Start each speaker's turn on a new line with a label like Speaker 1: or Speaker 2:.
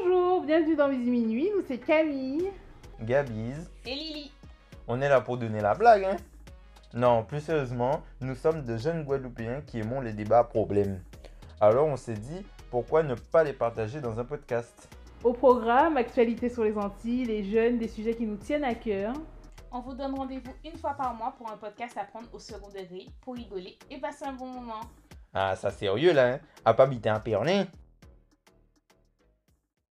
Speaker 1: Bonjour, bienvenue dans Midi Minuit, nous c'est Camille.
Speaker 2: Gabiz,
Speaker 3: Et Lily.
Speaker 2: on est là pour donner la blague, hein Non, plus sérieusement, nous sommes de jeunes Guadeloupéens qui aimons les débats à problème. Alors on s'est dit, pourquoi ne pas les partager dans un podcast
Speaker 1: Au programme, actualité sur les Antilles, les jeunes, des sujets qui nous tiennent à cœur.
Speaker 3: On vous donne rendez-vous une fois par mois pour un podcast à prendre au second degré pour rigoler et passer un bon moment.
Speaker 2: Ah, ça sérieux là, hein À pas biter un péronin